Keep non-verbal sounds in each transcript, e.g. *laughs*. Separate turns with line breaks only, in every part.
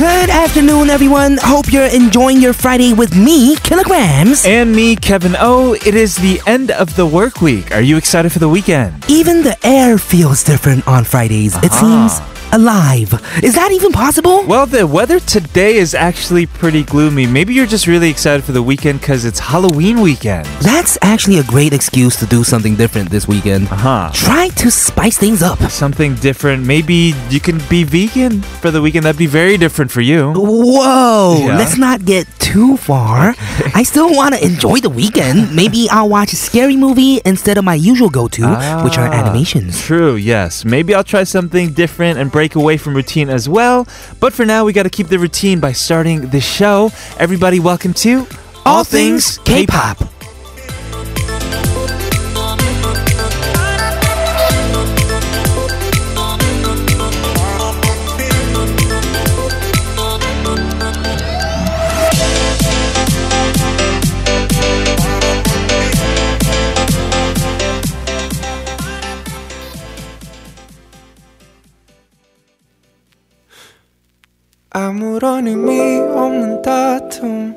afternoon, everyone. Hope you're enjoying your Friday with me, Kilograms.
And me, Kevin O. It is the end of the work week. Are you excited for the weekend?
Even the air feels different on Fridays. It seems alive. Is that even possible?
Well, the weather today is actually pretty gloomy. Maybe you're just really excited for the weekend because it's Halloween weekend.
That's actually a great excuse to do something different this weekend.
Uh huh.
Try to spice things up.
Something different. Maybe you can be vegan for the weekend. That'd be very different for you.
Whoa,
Yeah.
let's not get too far.
*laughs*
I still want to enjoy the weekend. Maybe I'll watch a scary movie instead of my usual go to, which are
Ah,
animations.
True, yes. Maybe I'll try something different and break away from routine as well. But for now, we got to keep the routine by starting the show. Everybody, welcome to
All Things K-Pop.
아무런 의미 없는 다툼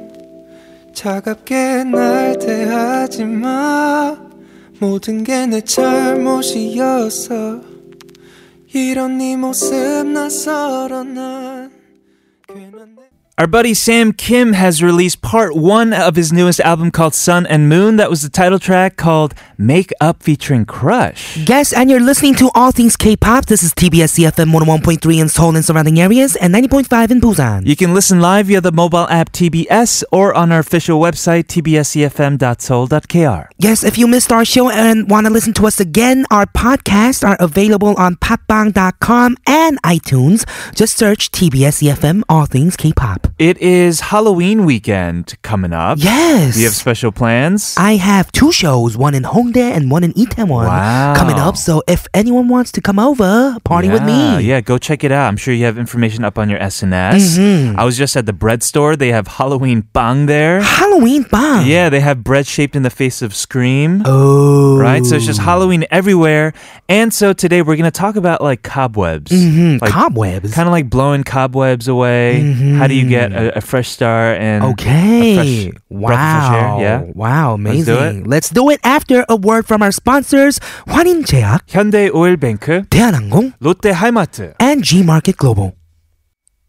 차갑게 날 대하지 마 모든 게 내 잘못이었어 이런 네 모습 낯설어 난 괜한 내
Our buddy Sam Kim has released part one of his newest album called Sun and Moon. That was the title track called Make Up featuring Crush.
Yes, and you're listening to All Things K-Pop. This is TBS CFM 101.3 in Seoul and surrounding areas and 90.5 in Busan.
You can listen live via the mobile app TBS or on our official website E tbscfm.soul.kr.
Yes, if you missed our show and want to listen to us again, our podcasts are available on popbang.com and iTunes. Just search TBS EFM All Things K-Pop.
It is Halloween weekend coming up.
Yes.
Do you have special plans?
I have two shows, one in Hongdae and one in Itaewon
Wow.
coming up. So if anyone wants to come over, party with
Yeah,
me.
Yeah, go check it out. I'm sure you have information up on your SNS.
Mm-hmm.
I was just at the bread store. They have Halloween bang
*sighs*
there.
Halloween bang.
Yeah, they have bread shaped in the face of Scream.
Oh.
right? So it's just Halloween everywhere. And so today we're going to talk about like cobwebs.
Mhm,
Like,
cobwebs.
Kind of like blowing cobwebs away. How do you get a, a fresh start and
Mm-hmm. Okay.
a fresh breath of fresh air?
wow.
Yeah.
Wow.
Let's
Amazing.
do it.
Let's do it after a word from our sponsors, 환인제약,
Hyundai Oil Bank,
대한항공,
Lotte Haimat.
and G Market Global.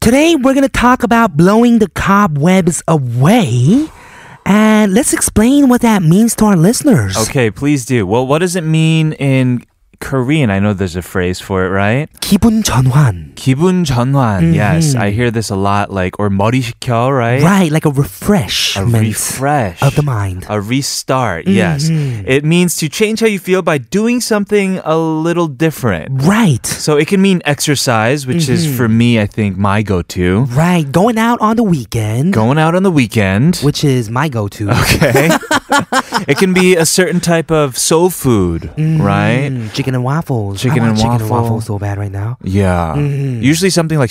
Today, we're going to talk about blowing the cobwebs away. And let's explain what that means to our listeners.
Okay, please do. Well, what does it mean in Korean? I know there's a phrase for it, right?
기분 전환.
기분
Mm-hmm.
전환. Yes, I hear this a lot like or 머리 식혀, right?
Right, like a refresh.
A refresh
of the mind. Mm-hmm.
A restart, yes. It means to change how you feel by doing something a little different.
Right.
So it can mean exercise, which
Mm-hmm.
is for me, I think, my go to.
Right. Going out on the weekend,
Going out on the weekend.
which is my go to.
*laughs* okay. *laughs* it can be a certain type of soul food,
Mm.
right?
Chicken and waffles.
Chicken
I want
and
chicken and
waffle.
waffles so bad right now.
Yeah.
Mm-hmm.
Usually something like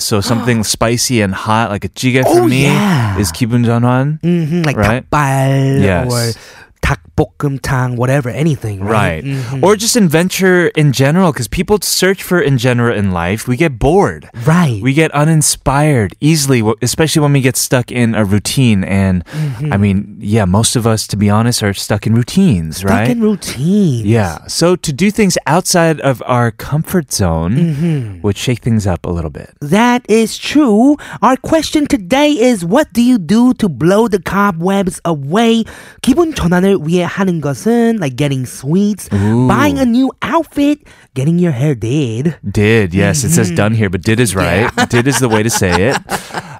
*gasps*
so something spicy and hot, like a jjigae for
Oh,
me,
yeah.
is 기분 전환.
hmm like
Right.
닭발
Yes.
or 닭볶음탕, whatever, anything. Right.
Right.
Mhm.
Or just adventure in general, because people search for in general in life, we get bored.
Mm, Right.
We get uninspired easily, wh- especially when we get stuck in a routine. And I mean, yeah, most of us, to be honest, are stuck in routines, right?
Fucking routine.
yeah. So to do things outside of our comfort zone would shake things up a little bit.
That is true. Our question today is what do you do to blow the cobwebs away? 기분 전환을 위해 하는 것은 like getting sweets, buying a new outfit, getting your hair did.
Did, yes. It says done here, but did is right. Did is the way to say *laughs* it.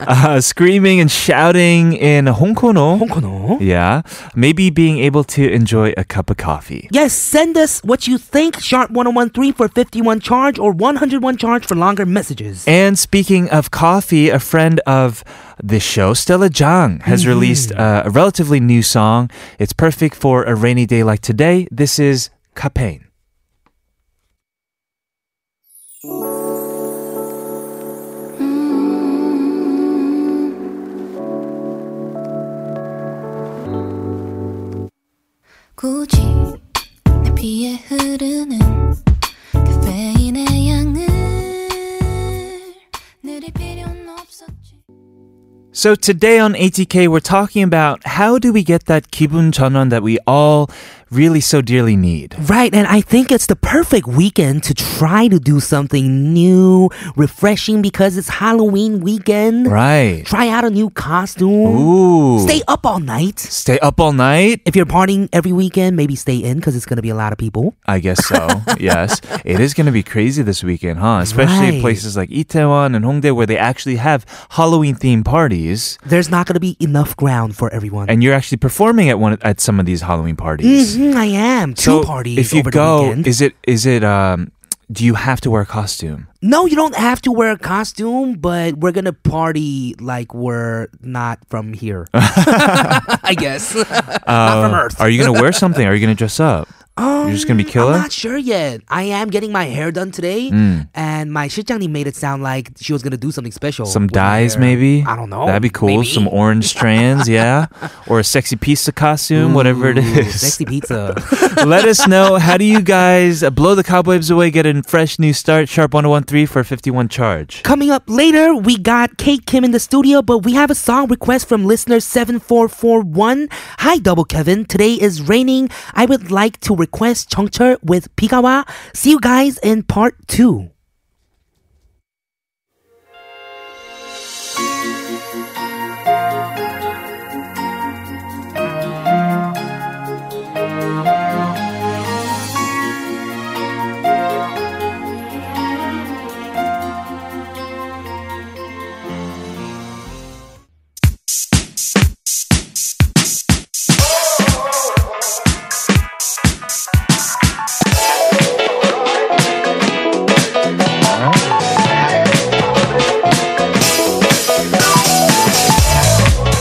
Uh, screaming and shouting in Hongkono.
홍코노.
Yeah. Maybe being able to enjoy a cup of coffee.
Yes, send us what you think. Sharp 1013 for 51 charge or 101 charge for longer messages.
And speaking of coffee, a friend of the show, Stella Jang, has
Mm-hmm.
released uh, a relatively new song. It's perfect for a rainy day like today. This is Capain.
굳이 내 피에 흐르는 카페인의 양을 느릴 필요는 없었지
So today on ATK, we're talking about how do we get that 기분 전환 that we all really so
*laughs*
dearly need.
Right, and I think it's the perfect weekend to try to do something new, refreshing because it's Halloween weekend.
Right.
Try out a new costume.
Ooh.
Stay up all night.
Stay up all night.
If you're partying every weekend, maybe stay in because it's going to be a lot of people.
I guess
*laughs*
so. yes. It is going to be crazy this weekend, huh? Especially
Right.
places like Itaewon and Hongdae where they actually have Halloween themed parties
There's not going to be enough ground for everyone.
and you're actually performing at one at some of these Halloween parties.
Mhm, I am. Two
So
parties
if you
over
go,
the weekend.
is it is it um do you have to wear a costume?
no, you don't have to wear a costume, but we're going to party like we're not from
*laughs*
here. *laughs* I guess. *laughs* not from
Uh,
Earth.
Are you
*laughs*
going to wear something? Are you going to dress up?
Um,
just gonna be killer?
I'm
Mm.
not sure yet. I am getting my hair done today, and my shitjangni made it sound like she was gonna do something special.
Some
with my
dyes,
hair.
maybe.
I don't know.
That'd be cool.
Maybe. *laughs*
Some orange strands, yeah, or a sexy pizza costume, whatever it
Ooh,
is.
Sexy
*laughs*
pizza.
Let us
*laughs*
know how do you guys uh, blow the cobwebs away, get a fresh new start. Sharp 1013 for 51 charge.
Coming up later, we got Kate Kim in the studio, but we have a song request from listener 7441. Hi, Double Kevin. Today is raining. I would like to request Chongcheol with Pigawa. See you guys in part two.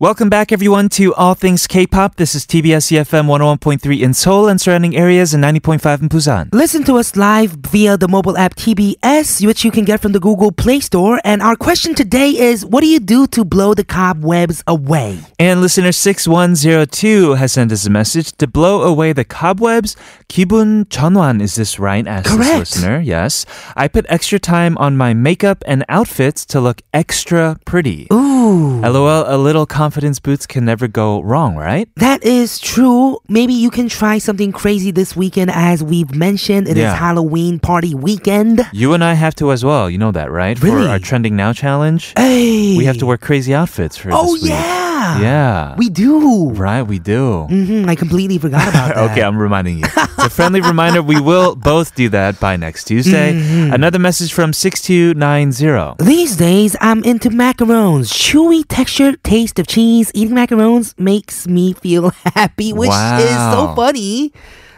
Welcome back, everyone, to All Things K-pop. This is TBS EFM 101.3 in Seoul and surrounding areas, and 90.5 in Busan.
Listen to us live via the mobile app TBS, which you can get from the Google Play Store. And our question today is what do you do to blow the cobwebs away?
And listener 6102 has sent us a message to blow away the cobwebs. 기분 전환, is this right? Asked this
Correct.
listener. Yes. I put extra time on my makeup and outfits to look extra pretty.
Ooh.
LOL, a little confidence boots can never go wrong, right?
That is true. Maybe you can try something crazy this weekend. As we've mentioned, It is
Yeah.
Halloween party weekend.
You and I have to as well. You know that, right?
Really?
For our Trending Now challenge,
Hey.
we have to wear crazy outfits for
Oh,
this week.
yeah.
Yeah.
We do.
right, we do.
hmm I completely forgot about that.
*laughs* Okay, I'm reminding you. It's a friendly reminder. We will both do that by next Tuesday.
Mm-hmm.
Another message from 6290.
These days, I'm into macarons. Chewy texture, taste of cheese. Eating macarons makes me feel *laughs* happy, which is so
Wow.
funny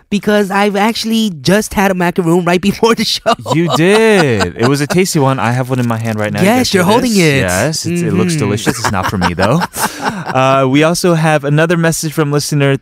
because I've actually just had a macaron right *laughs* before the show. *laughs*
You did. It was a tasty one. I have one in my hand right now. You
Yes,
guys do
you're holding
this?
it. Mm-hmm.
Yes, it's, it looks delicious. It's not for
*laughs*
me, though. Uh, we also have another message from listener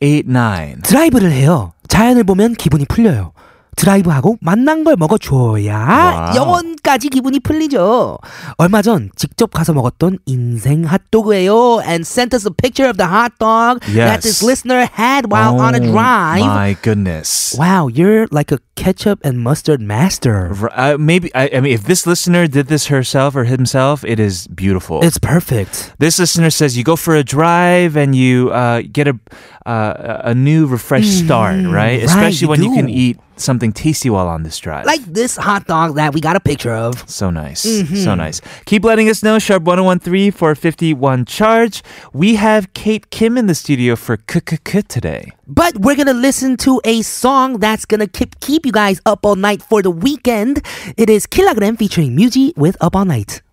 3289.
드라이브를 해요. 자연을 보면 기분이 풀려요. 드라이브하고 만난 걸 먹어줘야
와우.
영혼까지 기분이 풀리죠. 얼마 전 직접 가서 먹었던 인생 핫도그예요. And sent us a picture of the hot dog that
Yes.
this listener had while on a
Oh,
drive.
My goodness.
Wow, you're like a ketchup and mustard master.
R- Uh, maybe, I, I mean, if this listener did this herself or himself, it is beautiful.
It's perfect.
This listener says you go for a drive and you uh, get a uh, a new refresh start, right?
Mm-hmm.
Especially
you
when you
do.
can eat something tasty while on this drive.
Like this hot dog that we got a picture of.
so nice,
Mm-hmm.
so nice. Keep letting us know. Sharp one zero one three for fifty one charge. We have Kate Kim in the studio for KKK today.
But we're gonna listen to a song that's gonna keep keep you guys up all night for the weekend. It is Kilogram featuring Muji with Up All Night.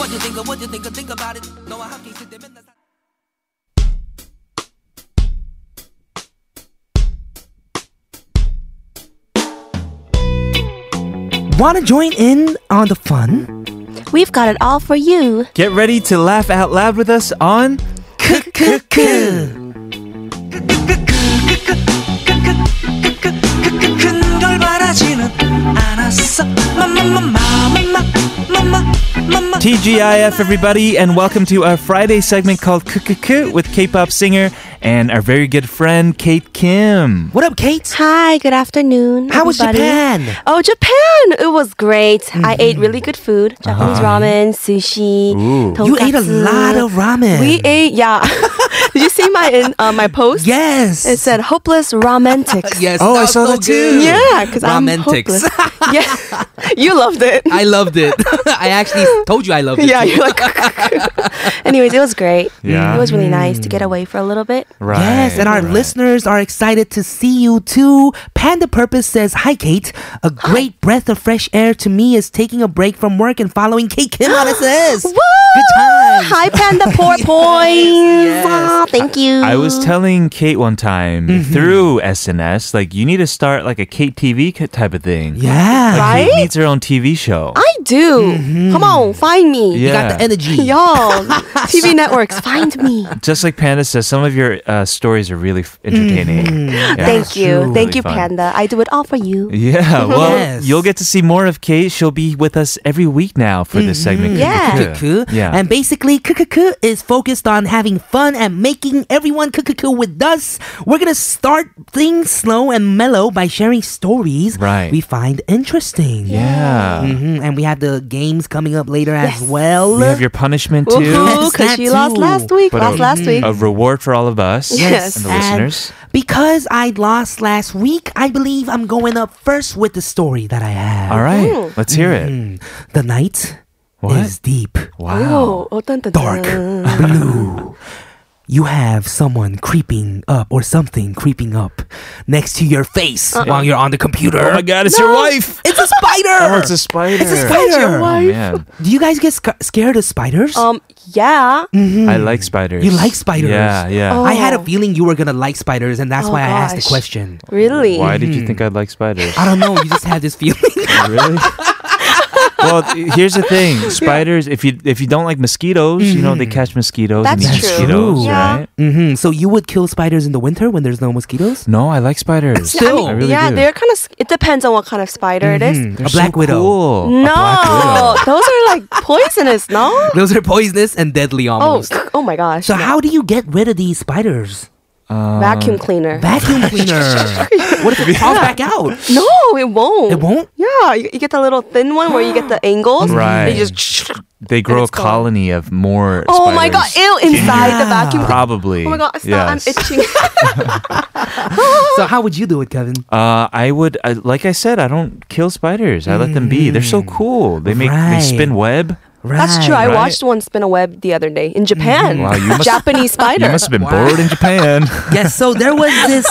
What you think of what you think of think about it. 너와 함께 있을 때 맨날 사- Want to join in on the fun?
We've got it all for you.
Get ready to laugh out loud with us on
큰걸 바라지는 않았어 마마마마마마마마마
TGIF, everybody, and welcome to our Friday segment called Kukuku with K pop singer and our very good friend, Kate Kim.
What up, Kate?
Hi, good afternoon.
How was
everybody.
Japan? Mm-hmm.
Oh, Japan! It was great. I ate really good food Japanese ramen, sushi.
Uh-huh. You ate a
tonkatsu.
lot of ramen.
We
*laughs*
ate, yeah. Did you see my in uh, my post?
yes.
It said hopeless
*laughs*
romantics.
Yes.
Oh, I
was
saw
so
that too.
good.
Yeah, because I'm
Romantics.
hopeless. yeah, you loved it.
I loved it. *laughs* I actually told you I loved it.
yeah,
too.
you're like. *laughs* Anyways, it was great.
Yeah.
it was really nice to get away for a little bit.
Right.
Yes, and our listeners are excited to see you too. Panda Purpose says, Hi, Kate. A great breath of fresh air to me is taking a break from work and following Kate Kim on
*gasps*
SS.
Woo! Hi, Panda Poor Boys. Aw, Mm-hmm. thank you.
I was telling Kate one time through SNS, like, you need to start like a Kate TV ki- type of thing.
Yeah.
Like,
Right?
Kate needs her own TV show.
I do. Come on, find me.
Mm-hmm. yeah.
Got the energy.
*laughs* Y'all, TV networks, find me.
Just like Panda says, some of your uh, stories are really f- entertaining. Yeah.
Mm-hmm. Thank you.
Really
Thank you,
fun.
Panda. I do it all for you. *laughs*
Yeah, well,
Yes.
you'll get to see more of Kate. She'll be with us every week now for this segment.
Mm-hmm. Yeah.
Cuckoo.
Yeah.
And basically, Kukuku is focused on having fun and making everyone Kukuku with us. We're going to start things slow and mellow by sharing stories
Right.
we find interesting.
yeah.
hmm And we have the games coming up later as
Yes.
well.
We have your punishment too.
*laughs*
oh,
Yes,
Because
that
you lost
too.
last week.
But
Lost
a-
last week.
A reward for all of us
Yes.
and the
And
listeners.
Because I lost last week, I believe I'm going up first with the story that I have.
All right, let's hear it.
Mm-hmm.
The night
What?
is deep,
Wow.
Oh, oh, dun, dun,
dark,
dun.
blue. You have someone creeping up or something creeping up next to your face while you're on the computer.
Uh-uh. Oh my God, it's your wife.
It's a spider!
*laughs* Oh, it's a spider.
It's a spider!
Oh, man.
Do you guys get sca- scared of spiders?
Um, yeah.
I
Hmm.
like spiders.
You like spiders?
Yeah, yeah.
Oh.
I had a feeling you were gonna like spiders, and that's
Oh,
why I asked the
gosh.
question.
Really?
Why did you think I like spiders?
I don't know, you just have this
*laughs*
feeling.
*laughs*
really? well, th- here's the thing: spiders. If you if you don't like mosquitoes, you know they catch mosquitoes and
That's
eat
true.
mosquitoes,
Yeah.
right?
hmm So you would kill spiders in the winter when there's no mosquitoes?
No, I like spiders.
Yeah, I mean,
I really
yeah,
do. Mm-hmm,
they're kind of. It depends on what kind of spider it is.
Mm-hmm. a black
so
widow.
cool. Oh, A black
No,
widow.
those are like poisonous.
*laughs*
No.
Those are poisonous and deadly
Oh,
almost.
oh my gosh.
So
no.
how do you get rid of these spiders?
Vacuum cleaner.
*laughs* Vacuum cleaner. what if it falls back out?
no, it won't.
It won't?
Yeah, you, you get the little thin one where you get the angles.
Right.
They just.
They grow a
it's gone.
colony of more.
Oh my god!
spiders.
Ew! Inside the
Yeah.
vacuum. cleaner.
Probably.
Oh my god! Stop!
Yes.
I'm itching. *laughs*
So how would you do it, Kevin?
Uh, I would, I, like I said, I don't kill spiders. I let them be. They're so
Hmm.
cool. They make
Right.
they spin web.
That's true. I
Right. Mm-hmm.
watched one spin a web the other day in Japan.
Wow, you must-
Japanese
*laughs* You
spider.
must have been bored in Japan.
yes, so there was *laughs* this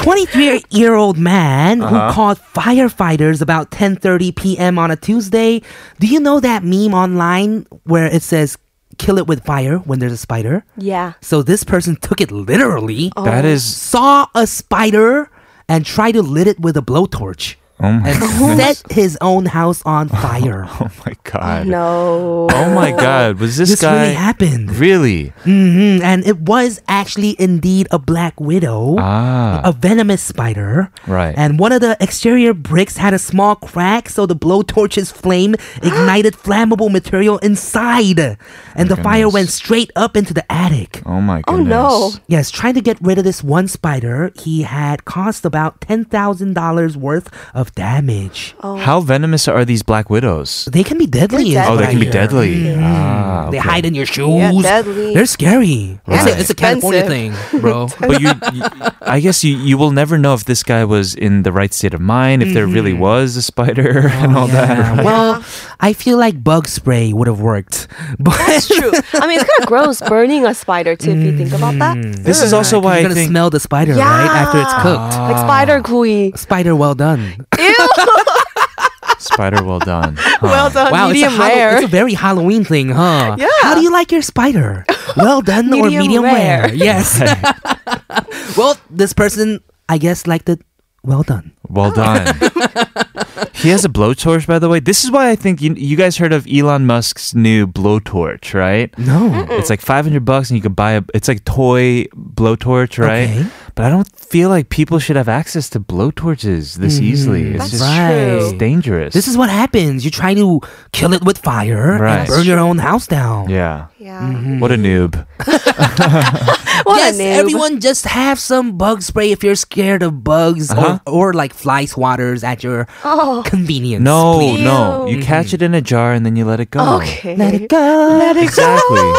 23-year-old man who called firefighters about 10:30 p.m. on a Tuesday. Do you know that meme online where it says kill it with fire when there's a spider?
yeah.
So this person took it literally.
that is *laughs*
saw a spider and tried to lit it with a blowtorch
oh my,
*laughs* and set his own house on *laughs* fire.
oh my god.
No.
Oh my god. Was this,
this really
guy
happened. *laughs*
Really?
hmm And it was actually indeed a black widow.
Ah.
A venomous spider.
Right.
And one of the exterior bricks had a small crack, so the blowtorch's
*gasps*
flame ignited flammable material inside. And the fire went straight up into the attic.
Oh my
Oh
goodness.
no.
Yes, trying to get rid of this one spider, he had caused about $10,000 worth of damage.
How venomous are these black widows?
They can be deadly.
They're
is
Oh, they
what I
can
hear.
be
Mm.
deadly. Ah,
They
okay.
hide in your shoes.
Yeah, deadly.
They're scary.
Right.
It's, a, it's a California thing,
Expensive. *laughs*
bro.
But you, you- I guess you, you will never know if this guy was in the right state of mind, if there really was a spider *laughs* and all that.
Mm-hmm. Oh, Yeah, Uh, Well, I feel like bug spray would have worked. *laughs* But
That's true. I mean, it's kind of gross burning a spider too. If you think about that,
This is also why
you're
I
gonna
think
smell the spider, right? After it's cooked.
like spider
Ah.
gooey.
Spider well done.
Ew.
spider
*laughs*
well done. Huh.
well done.
wow, it's a,
medium
Hallo-
rare.
it's a very Halloween thing, huh?
Yeah.
How do you like your spider? Well done or
Medium
*laughs* medium rare?
rare.
Yes. well, this person, I guess, liked it well done. *laughs*
Well done. he has a blowtorch, by the way. This is why I think you, you guys heard of Elon Musk's new blowtorch, right?
No.
It's like 500 bucks and you could buy a it's like toy blowtorch, right?
Okay.
But I don't feel like people should have access to blowtorches this easily. It's
That's
just
right.
it's dangerous.
Mm-hmm. This is what happens. You try to kill it with fire
Right.
and burn your own house down.
Yeah.
Yeah.
Mm.
What a noob.
What
yes,
a noob.
everyone just have some bug spray if you're scared of bugs
Uh-huh.
or, or like fly swatters at your convenience.
No,
please.
no.
Mm-hmm.
You catch it in a jar and then you let it go.
Okay.
Let it go. Let it *laughs*
Exactly.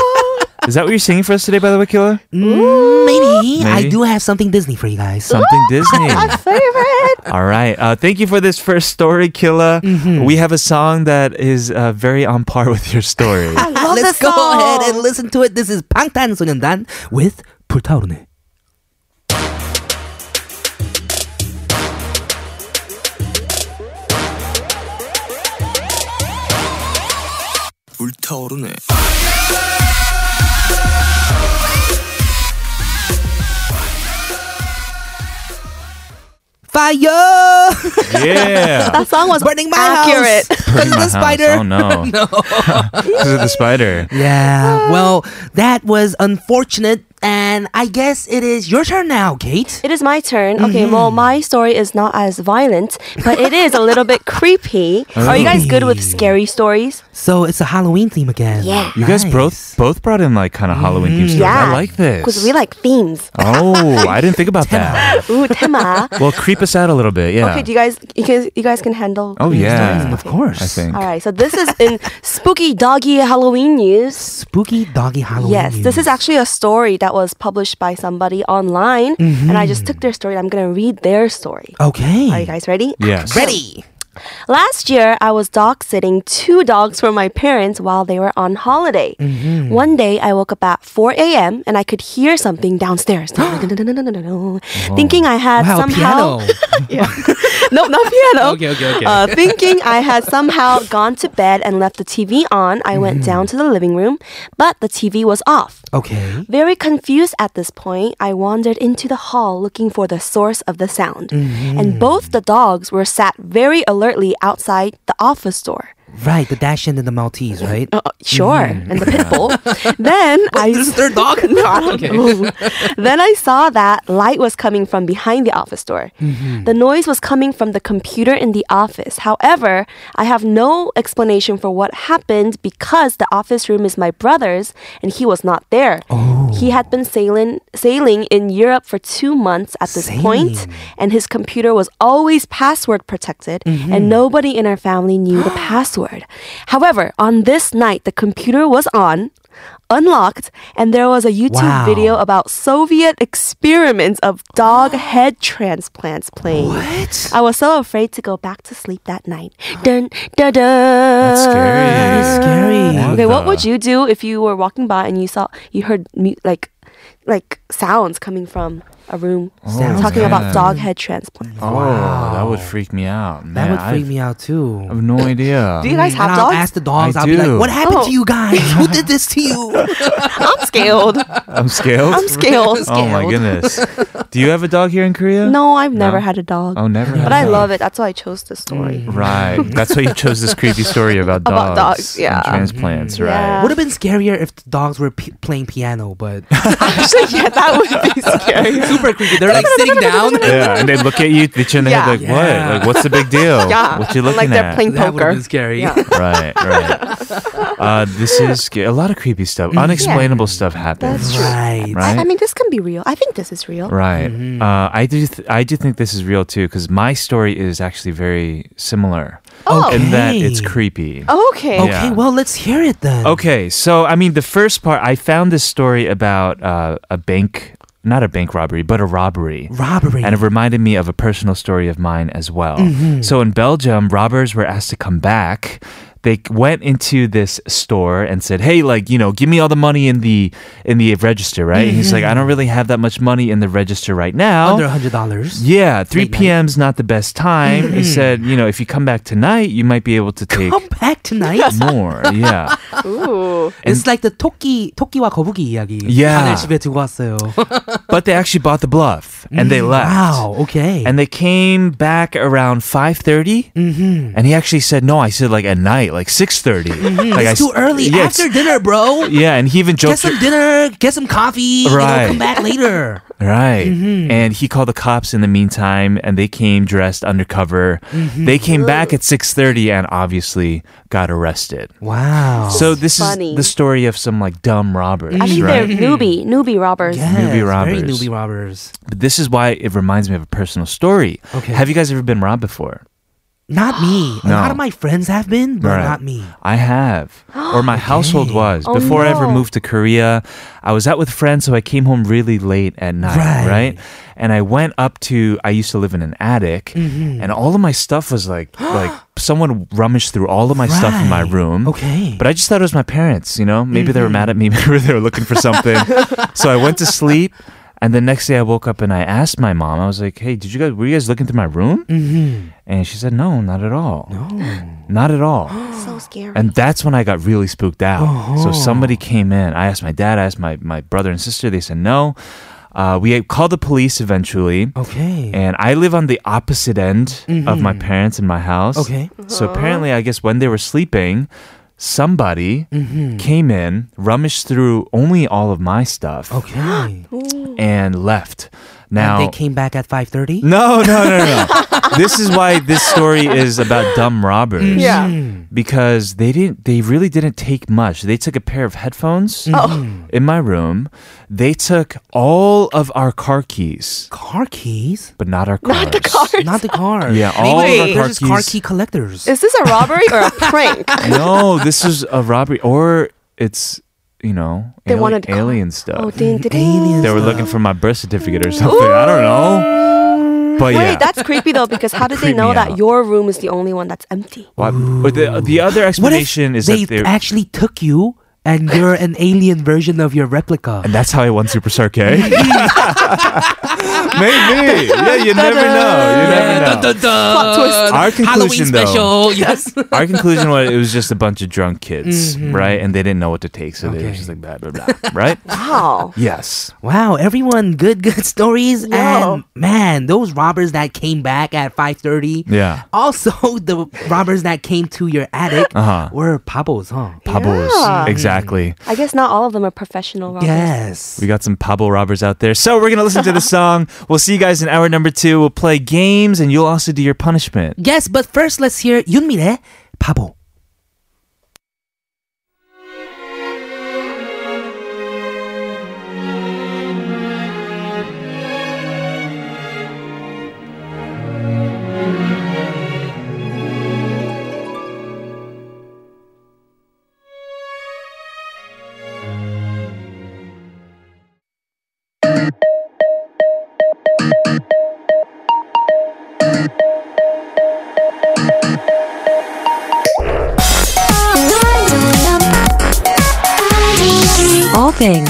is that what you're singing for us today, by the way, Killer?
Mm, Maybe, I
Maybe.
do have something Disney for you guys.
Something
*laughs*
Disney.
*laughs*
All right. Uh, thank you for this first story, Killa. We have a song that is uh, very on par with your story.
love
Let's
the
go
song.
ahead and listen to it. This is 방탄소년단 with 불타오르네.
불타오르네.
Fire! *laughs*
yeah.
That song was
burning my
accurate.
house. Because of the spider.
Oh, no. *laughs* no. Because of the spider.
*laughs*
Yeah. Well, that was unfortunate. And I guess it is your turn now, Kate.
*laughs* It is my turn. Okay, well, my story is not as violent, but it is a little bit creepy. Are you guys good with scary stories?
So it's a Halloween theme again.
Yeah.
You guys both both brought in like kind of Halloween themed stories. I like this.
Because we like themes.
oh, I didn't think about that.
*laughs* Ooh, tema.
Well, creep us out a little bit. Yeah.
Okay, do you guys, you guys, you guys can handle.
oh yeah.
Mm, Of course.
I think.
All right, so this is in spooky doggy Halloween news.
Spooky doggy Halloween.
Yes, this is
news.
actually a story that was published by somebody online, and I just took their story. and I'm gonna read their story.
Okay.
Are you guys ready?
Yes.
Ready.
Last year, I was dog sitting two dogs for my parents while they were on holiday.
Mm-hmm.
One day, I woke up at 4 a.m. and I could hear
*gasps*
something downstairs, *gasps* thinking I had
Wow,
somehow.
piano.
*laughs*
*laughs*
Yeah. no, not piano.
Okay, okay, okay.
Uh, thinking I had somehow gone to bed and left the TV on, I went
Mm-hmm.
down to the living room, but the TV was off.
Okay.
Very confused at this point, I wandered into the hall looking for the source of the sound. And both the dogs were sat very alertly outside the office door.
Right, the Dashin and the Maltese, right?
Uh, sure, and the pit bull. then I
This is their dog?
*laughs* No, I don't know. then I saw that light was coming from behind the office door. The noise was coming from the computer in the office. However, I have no explanation for what happened because the office room is my brother's and he was not there. He had been sailing sailing in Europe for two months at this point, and his computer was always password protected, and nobody in our family knew the password. However, on this night, the computer was on. Unlocked, and there was a YouTube
Wow.
video about Soviet experiments of dog head transplants playing. What? I was so afraid to go back to sleep that night. Dun, dun, dun. That's
scary. That is
Scary.
What
Okay, what
the-
would you do if you were walking by and you saw you heard mu- like like sounds coming from a room talking about dog head transplant?
Oh, that would freak me out.
That
Man,
would freak
I've-
me out
I
too.
have no idea.
Do you guys have
and I'll
dogs?
ask the dogs.
I
will be
do.
like, "What happened
Oh.
to you guys? Who did this to
*laughs*
you?"
I'm scared.
I'm scared.
I'm scared.
Oh my goodness. Do you have a dog here in Korea?
No, I've never had a dog,
Oh, Mm. never.
but I love it. That's why I chose this story.
Right. That's why you chose this creepy story about dogs.
About dogs,
and
yeah.
transplants, right.
Yeah.
Would have been scarier if the dogs were p- playing piano, but
*laughs*
*laughs*
Actually, yeah, that would be scary.
Super creepy. They're like sitting down.
*laughs*
Yeah, and they look at you, they turn their head like,
Yeah.
Yeah.
what? Like, what's the big deal?
*laughs* Yeah,
What you looking
like they're
at?
playing
That would have
poker.
been scary.
Yeah.
*laughs* right,
*laughs*
right. Uh, this is sc- a lot of creepy stuff. Unexplainable stuff happens.
That's
*laughs*
true.
right.
Right.
I, I mean, this can be real. I think this is real.
Right. Uh, I do. Th- I do think this is real too, because my story is actually very similar
Oh,
in that
Okay.
it's creepy.
okay.
Yeah.
Okay, well, let's hear it then.
Okay, so I mean, the first part, I found this story about uh, a bank, not a bank robbery, but a robbery.
Robbery.
And it reminded me of a personal story of mine as well.
Mm-hmm.
So in Belgium, robbers were asked to come back. They went into this store and said, "Hey, like you know, give me all the money in the in the register, right?" And he's like, "I don't really have that much money in the register right
Mm-hmm.
now."
Under hundred dollars.
yeah, three
Midnight.
p.m.'s not the best time. He said, "You know, if you come back tonight, you might be able to
Mm-hmm.
take
Come back tonight.
more." Yeah.
Ooh.
It's like the 토끼 토끼와 거북이 이야기.
Yeah.
하늘 집에 두고 왔어요.
*laughs* but they actually bought the bluff. off and they left.
Mm, Wow. Okay.
And they came back around 5.30. Mm-hmm. And he actually said, no, I said like at night, like 6.30. Like
Mm-hmm. it's
I
too
s-
early
Yeah, it's-
after dinner, bro.
yeah, and he even
Get
joked.
some dinner, get some coffee, you know,
Right.
come back
*laughs*
later.
Right.
Mm-hmm.
And he called the cops in the meantime and they came dressed undercover.
Mm-hmm.
They came back at 6:30 and obviously got arrested.
Wow.
So this
funny.
is the story of some like dumb robbers,
I think
right?
they're newbie, newbie robbers.
Yes,
newbie robbers.
Very newbie robbers.
But this is why it reminds me of a personal story.
Okay.
Have you guys ever been robbed before?
Not me. A
No.
lot of my friends have been, but
Right.
not me.
I have, or
*gasps*
my household was
Oh,
before I ever
no.
moved to Korea. I was out with friends, so I came home really late at night,
Right.
right? And I went up to. I used to live in an attic,
Mm-hmm.
and all of my stuff was like
*gasps*
like someone rummaged through all of my stuff in my
Right.
room.
Okay. Mm-hmm.
But I just thought it was my parents, you know? Maybe they were mad at me. *laughs* Maybe they were looking
*laughs*
for something. so I went to sleep. And the next day I woke up and I asked my mom, I was like, hey, did you guys, were you guys looking through my room?
Mm-hmm.
And she said, no, not at all. No. Not at
*gasps*
all.
*gasps* So scary.
And that's when I got really spooked out.
Oh.
So somebody came in. I asked my dad, I asked my, my brother and sister. They said no. Uh, we called the police eventually.
okay.
And I live on the opposite end of my parents in my house.
Mm-hmm. Okay.
So apparently, I guess when they were sleeping, somebody
Mm-hmm.
came in, rummaged through only all of my stuff,
okay.
and left.
And
*gasps* Now,
they came back at 5:30.
*laughs* no, no, no,
*laughs*
no. no. this is why this story is about dumb
Mm-hmm.
robbers.
Yeah.
Because they didn't, they really didn't take much. They took a pair of headphones
Mm-hmm.
Oh.
in my room. They took all of our car keys,
Car keys?
but not our cars.
Not the cars.
Not the car.
Yeah, all of our
Wait,
car
there's car key
keys.
collectors.
Is this a robbery *laughs* or a prank? *laughs*
no, this is a robbery, or it's you know
They
ali-
wanted car-
alien stuff.
Oh, ding, ding, ding.
Aliens.
they were looking for my birth certificate or something. I don't know. But
Wait,
yeah,
that's creepy though, because how did they
Creep me
know that
out.
your room is the only one that's empty?
Why- but the, the
what
other
if
explanation is
they
that they
actually took you and you're an alien version of your replica?
and that's how I won Super
*laughs*
Shark A. Maybe. Yeah, you never know. You never know.
Plot twist.
Our
Halloween
conclusion, though,
*laughs*
special. Yes.
our conclusion was it was just a bunch of drunk kids,
Mm-hmm.
right? And they didn't know what to take, so they were
Okay.
just like blah blah blah,
*laughs*
right?
Wow.
Yes.
Wow, everyone, good good stories.
Yeah.
And man, those robbers that came back at 5:30.
Yeah.
Also, *laughs* the robbers that came to your attic
Uh-huh.
were pabos, huh?
Pabos.
Yeah.
Exactly.
I guess not all of them are professional robbers.
Yes.
We got some Pablo robbers out there. So we're going to listen to the song. We'll see you guys in hour number two. We'll play games and you'll also do your punishment.
Yes, but first let's hear Yunmi's pabo.
All things.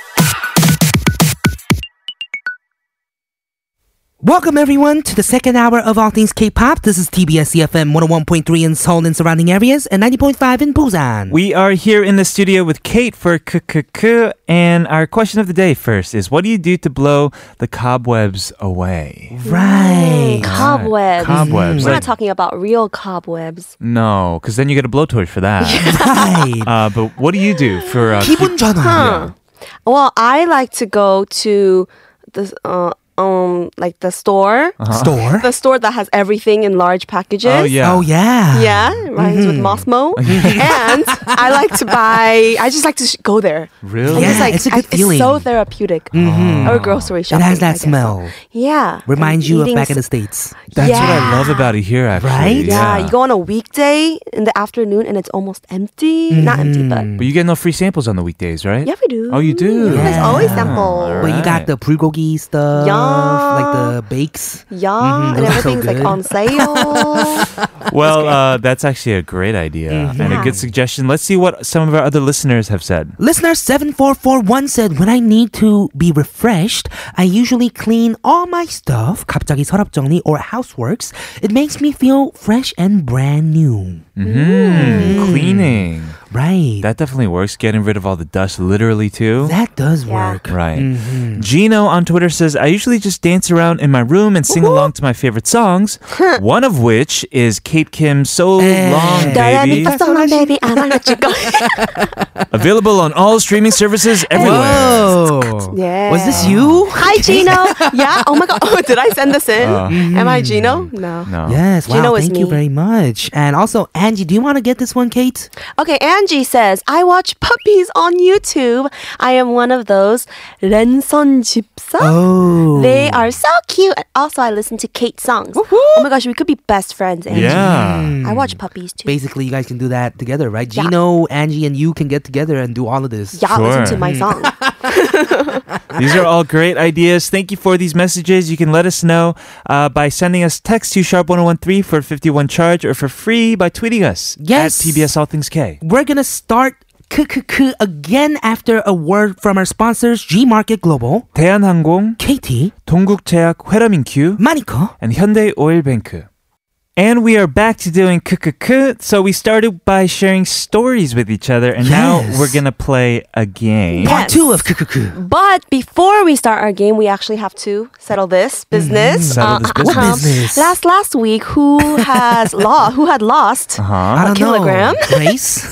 Welcome everyone to the second hour of All Things K-pop. This is TBS EFM 101.3 in Seoul and surrounding areas and 90.5 in Busan.
We are here in the studio with Kate for KKK. And our question of the day first is what do you do to blow the cobwebs away? Mm.
right.
Cobwebs.
Cobwebs.
We're
Like-
not talking about real cobwebs.
no, because then you get a blowtorch for
*laughs*
that. *laughs*
Right.
uh, but what do you do for. Uh,
기분 전환.
Well, I like to go to the uh, um like the store,
Uh-huh.
Store.
the store that has everything in large packages.
oh, yeah.
Oh yeah.
Yeah, it rhymes with Mosmo. and I like to buy. I just like to sh- go there.
Really?
I'm
Yeah,
just like,
it's a good
I-
feeling.
so therapeutic. Or grocery
It
shopping.
has that
I guess.
smell.
Yeah.
Reminds
and
you of
eating
back in the
s-
states.
That's
yeah.
what I love about it here, actually.
Right?
Yeah. you go on a weekday in the afternoon and it's almost empty. Not empty, but
But you get no free samples on the weekdays, right?
yeah, we do.
Oh, you do?
Yeah, There's
Yeah.
always
Yeah.
sample.
All
But you got
Right.
the bulgogi stuff,
Yeah.
like the bakes.
Yeah,
Mhm,
and
those are so
everything's like
good.
on sale.
*laughs* Well, uh, that's Mm-hmm. actually a great idea and a
Yeah.
good suggestion. Let's see what some of our other listeners have said.
Listener 7441 said, When I need to be refreshed, I usually clean all my stuff, 갑자기 서랍 정리 or houseworks. It makes me feel fresh and brand new.
Mm, Cleaning.
Right.
That definitely works. Getting rid of all the dust, literally, too.
That does
Yeah.
work.
Right. Mm-hmm. Gino on Twitter says, I usually just dance around in my room and sing along to my favorite songs, one of which is Kate Kim's So Long Baby,
Baby. baby, I don't let you go.
available on all streaming services everywhere.
Oh.
yeah.
Was this you?
Hi, Gino. yeah. Oh my God. Oh, did I send this in? Am I Gino? No.
No.
Yes, wow,
Gino is
thank you
me.
very much. And also, Angie, do you want to get this one, Kate?
Okay, Angie says, I watch puppies on YouTube. I am one of those 랜선 집사.
Oh.
They are so cute. And also, I listen to Kate songs. Oh my gosh, we could be best friends, Angie.
Yeah.
I watch puppies too.
Basically, you guys can do that together, right?
Yeah.
Gino, Angie, and you can get together and do all of this.
yeah, listen to
Sure. *laughs*
my song.
These are all great ideas. Thank you for these messages. You can let us know uh, by sending us text to sharp1013 for 51 charge or for free by tweeting us
Yes.
at TBS All Things K.
We're going to start KKK again after a word from our sponsors, G Market Global,
대한항공,
KT,
동국제약, 회라민큐,
Manico.
and Hyundai Oil Bank. And we are back to doing kukuku. So we started by sharing stories with each other, and
Yes.
now we're gonna play a game.
Yeah.
Part two of KKK.
but before we start our game, we actually have to settle this business.
Mm-hmm. Settle this
Uh,
business.
uh-huh.
business?
Last last week, who
*laughs*
has lost? Who had lost?
Uh-huh.
I don't
kilogram?
know.
*laughs*
Grace?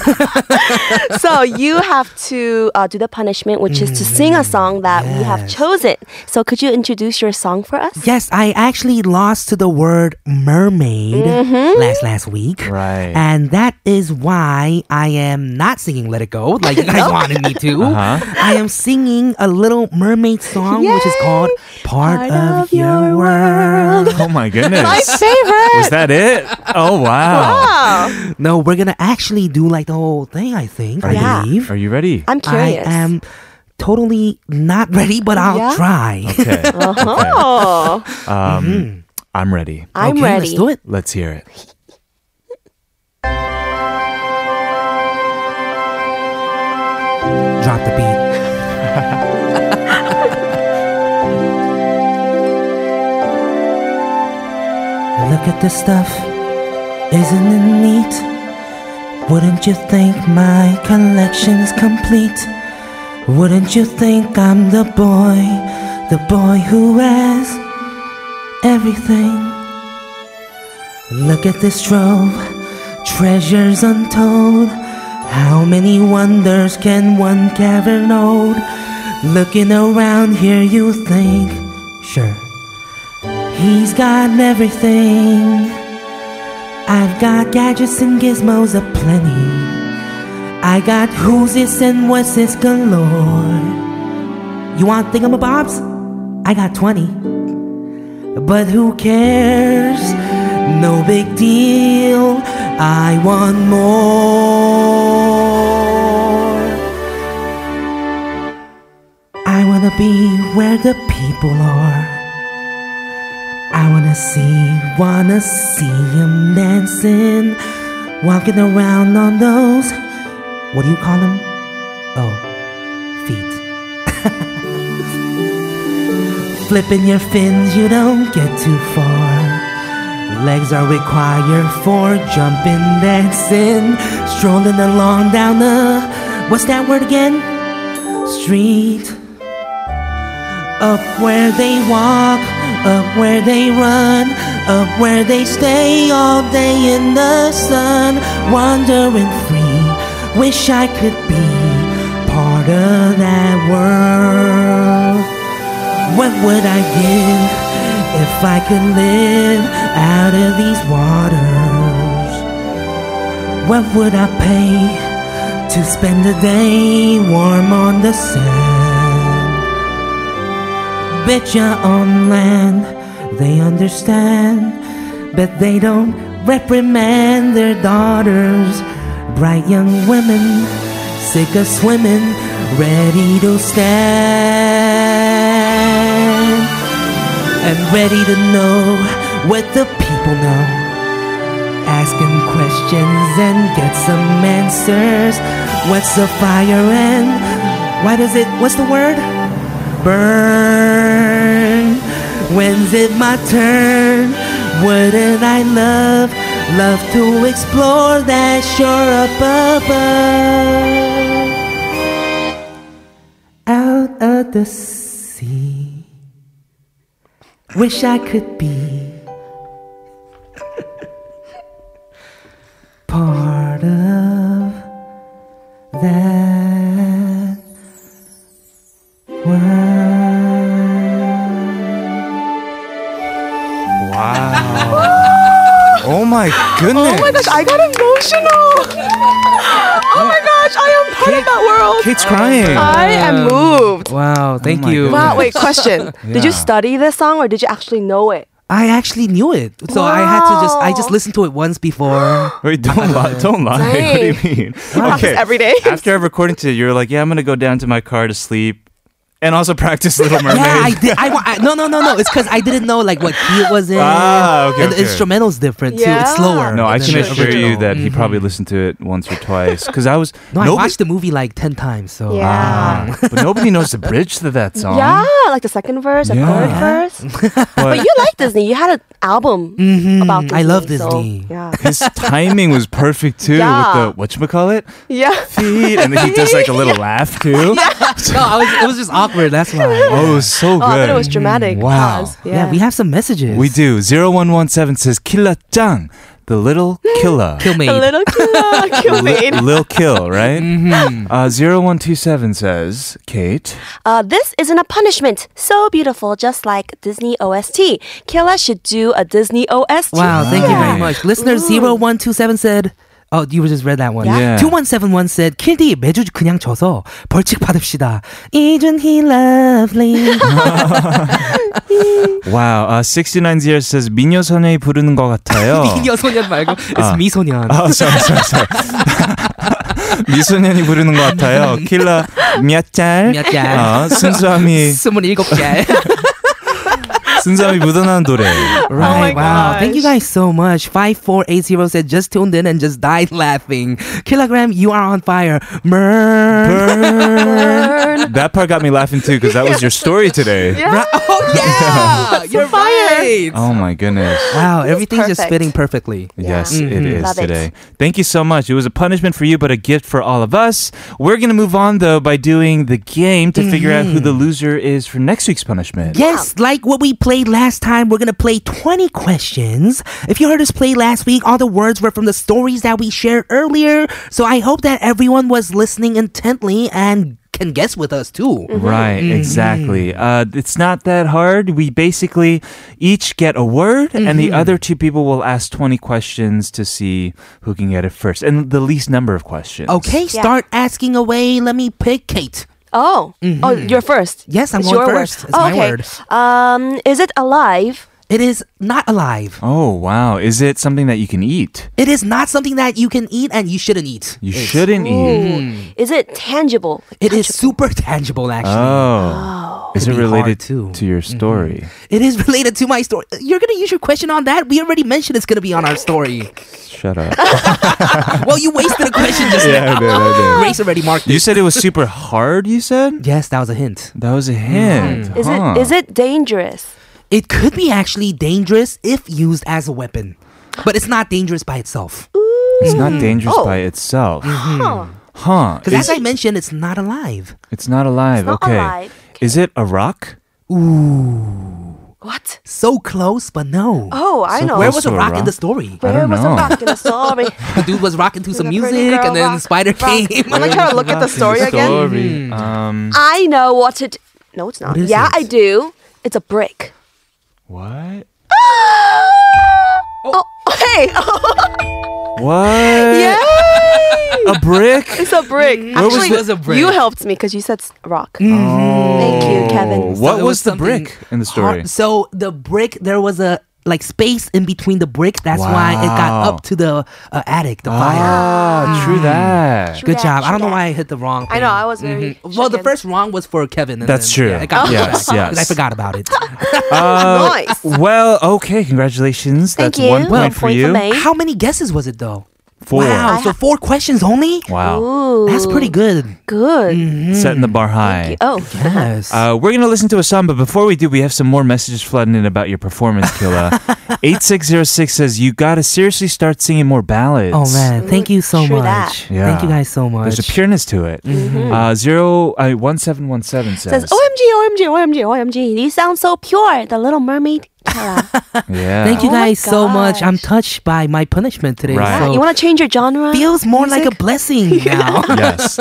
so you have to uh, do the punishment, which is to sing a song that we have chosen. So could you introduce your song for us?
yes, I actually lost to the word mermaid
Mm-hmm.
last last week.
Right.
And that is why I am not singing Let It Go like you guys wanted me to.
Uh-huh.
I am singing a little mermaid song which is called Part, of, Your World.
Oh
*laughs*
my goodness!
My favorite.
Was that it? Oh wow!
Wow.
No, we're gonna actually do like the whole thing, I think. I
Yeah.
believe.
Are you ready?
I'm
I
curious.
am totally not ready, but I'll
Yeah?
try. *laughs*
Okay. okay.
Oh,
Um, I'm ready.
I'm
okay, Let's
ready.
do it.
Let's hear it.
Drop the beat. *laughs* Look at this stuff. Isn't it neat? Wouldn't you think my collection's complete? Wouldn't you think I'm the boy, the boy who has everything? Look at this trove, treasures untold. How many wonders can one cavern hold? Looking around here, you think, sure, he's got everything. I've got gadgets and gizmos aplenty. I got who's this and what's this galore. You want thingamabobs? I got 20. But who cares? No big deal. I want more. I wanna be where the people are. I wanna see, wanna see 'em dancing, walking around on those. What do you call them? Oh, feet. Flipping your fins, you don't get too far. Legs are required for jumping, dancing, strolling along down the. What's that word again? Street. Up where they walk, up where they run, up where they stay all day in the sun. Wandering free, wish I could be part of that world. What would I give if I could live out of these waters? What would I pay to spend a day warm on the sand? Betcha on land, they understand, but they don't reprimand their daughters. Bright young women, sick of swimming, ready to stand and ready to know what the people know Asking questions and get some answers. What's the fire and why does it, what's the word? Burn. When's it my turn? Wouldn't I love, love to explore that shore up above? Out of the sea. Wish I could be part of that world.
Oh my goodness.
Oh my gosh, I got emotional. oh my gosh, I am part of that world.
Kate's crying.
I am moved.
Wow,
Oh
thank
my
you.
goodness.
Wow, wait, question. Did you
Yeah.
study this song or did you actually know it?
I actually knew it. So I had to just I just
Wow.
listened to it once *gasps* before.
Wait, don't lie. Don't lie. What do you mean? Okay.
every day.
After I recording today, you were like, yeah, I'm going to go down to my car to sleep and also practice Little Mermaid.
Yeah, I did. I, wa- I no no no no. It's because I didn't know like what key it was in.
Ah, okay,
and the
okay.
instrumental's different too. It's
Yeah.
slower.
no, I
than the
can assure you
original. Mm.
that he probably listened to it once or twice because I was
No, I
nobody, Ah,
watched the movie like ten times. So
Yeah.
but nobody knows the bridge to that song.
Yeah, like the second verse or
Yeah.
third verse. but you like Disney. You had an album about Disney.
Mm-hmm. I love
so,
Disney. *laughs*
yeah.
His timing was perfect too
Yeah.
with the whatchamacallit
Yeah.
feet, and then he does like a little laugh too.
*laughs* no, I was, it was just awkward. That's
*laughs*
why.
Oh, it was so
*laughs* Oh, I
good.
thought it was dramatic.
Wow.
pause.
Yeah. we have some messages.
We do. 0117 says, Killa Chang, the
*gasps*
little killer.
Kill me.
A little
*laughs*
killer, kill me.
Li- *laughs* Lil Kill, right?
Mm-hmm.
Uh, 0127 says, Kate.
*laughs* Uh, this isn't a punishment. So beautiful, just like Disney OST. Killa should do a Disney OST.
Wow, thank you very much.
Nice.
Listener 0127 said Oh, you just read that one.
Yeah. Yeah.
2171 said, 킬디 매주 그냥 져서 벌칙 받읍시다. Isn't he
*laughs*
lovely?
Wow. Uh, 690 says, 미녀 소녀이 부르는 것
*laughs*
같아요. *laughs*
미녀 소년 말고, it's
아.
미소년.
아, sorry, sorry, sorry. *laughs* 미소년이 부르는 것 같아요. 킬라 미아짤.
몇 짤.
어, 순수함이 *laughs*
*laughs*
27짤.
순수함이 묻어나는 노래.
Right,
Oh my
wow. Thank you
gosh.
guys so much. 5480 said, just tuned in and just died laughing. Kilogram, you are on fire. Murr.
Burn. That part got me laughing too because that was your story today.
*laughs* Oh,
*laughs*
yeah! You're right!
Oh my goodness.
Wow, everything's just
perfect.
fitting perfectly.
Yes, it is
Love it.
today. Thank you so much. It was a punishment for you, but a gift for all of us. We're going to move on, though, by doing the game to figure out who the loser is for next week's punishment.
Yes, like what we played last time, we're gonna play 20 questions. If you heard us play last week, all the words were from the stories that we shared earlier. So I hope that everyone was listening intently and can guess with us too.
Mm-hmm. Right, exactly. Uh, it's not that hard. We basically each get a word, and the other two people will ask 20 questions to see who can get it first, and the least number of questions.
Okay,
Yeah.
start asking away. Let me pick Kate.
Oh, oh, you're first.
Mm-hmm. Yes, I'm
It's
going
your word.
first. It's
oh,
my
okay.
word.
Um, is it alive?
It is not alive.
Oh, wow. Is it something that you can eat?
It is not something that you can eat and you shouldn't eat.
You shouldn't eat.
Ooh.
Mm-hmm.
Is it tangible?
It is super tangible, actually.
Uh. Oh. Is it
Could be
related
hard, too.
to your
Mm-hmm.
story?
it is *laughs* related to my story. You're gonna use your question on that? We already mentioned it's gonna be on our story.
Shut
*laughs*
up.
well, you wasted a question just
*laughs* yeah, I did, I
now. Grace already marked
did.
it.
You said it was super hard, you said?
Yes, that was a hint.
That was a hint.
Mm-hmm. Is
huh.
it is it dangerous?
It could be actually dangerous if used as a weapon, but it's not dangerous by itself.
It's not dangerous
Oh. Mm-hmm.
by itself.
Huh.
Hmm.
Huh.
Because as
Is-
I mentioned, it's not alive.
it's not alive.
It's not
okay.
alive.
Is it a rock?
What?
So close, but no.
Oh, I
So
know.
Where was
close
a
to a
rock in
rock?
the story?
I
Where
don't
was
know.
the rock in the story?
*laughs* The dude was rocking to some
The pretty
music,
girl
and then the
rock,
spider
rock.
came.
I'm gonna try to look at the story again. Mm-hmm.
Story. Um,
I know what it. No, it's
What
not.
is
yeah,
it?
I do. It's a brick.
what?
Oh, *laughs* hey!
What?
*laughs*
Yay!
A brick?
It's a brick.
Where was
Actually,
the- was a brick? Mm-hmm.
you helped me because you said s- rock. Thank you, *laughs* Kevin.
Oh, What
So it
was, the
something *laughs*
brick in the story?
hard- So the brick, there was a like space in between the bricks. That's why it got
Wow.
up to the uh, attic, the fire.
Ah, true that.
True
Good
that,
job.
true
I don't know
that.
why I hit the wrong.
I
thing.
know. I was very.
Mm-hmm. Well, the
shaken.
first wrong was for Kevin. and
That's
then-
true.
Yeah,
*laughs*
it got
Yes,
yes,
yes.
I forgot about it.
Uh,
Nice.
Well, okay, congratulations.
Thank
That's
you.
one point
Well,
for
point for
you.
me.
How many guesses was it though?
Four.
Wow, so four questions only?
Wow.
Ooh,
That's pretty good.
good.
mm-hmm.
Setting the bar high.
Oh,
Yes.
Uh, we're going to listen to a song, but before we do, we have some more messages flooding in about your performance, Killa. 8606 says, You got to seriously start singing more ballads.
oh man, thank you so
True that.
much.
Yeah.
Thank you guys so much.
There's a pureness to it. Uh, zero, uh, 1717 says,
says "Oh, OMG, OMG, OMG, OMG. You sound so pure. The Little Mermaid.
*laughs*
Cara.
Yeah.
Thank you
Oh my
guys so much.
gosh.
I'm touched by my punishment today.
Right.
So
you want to change your genre?
feels more like a
*laughs*
blessing now.
yes.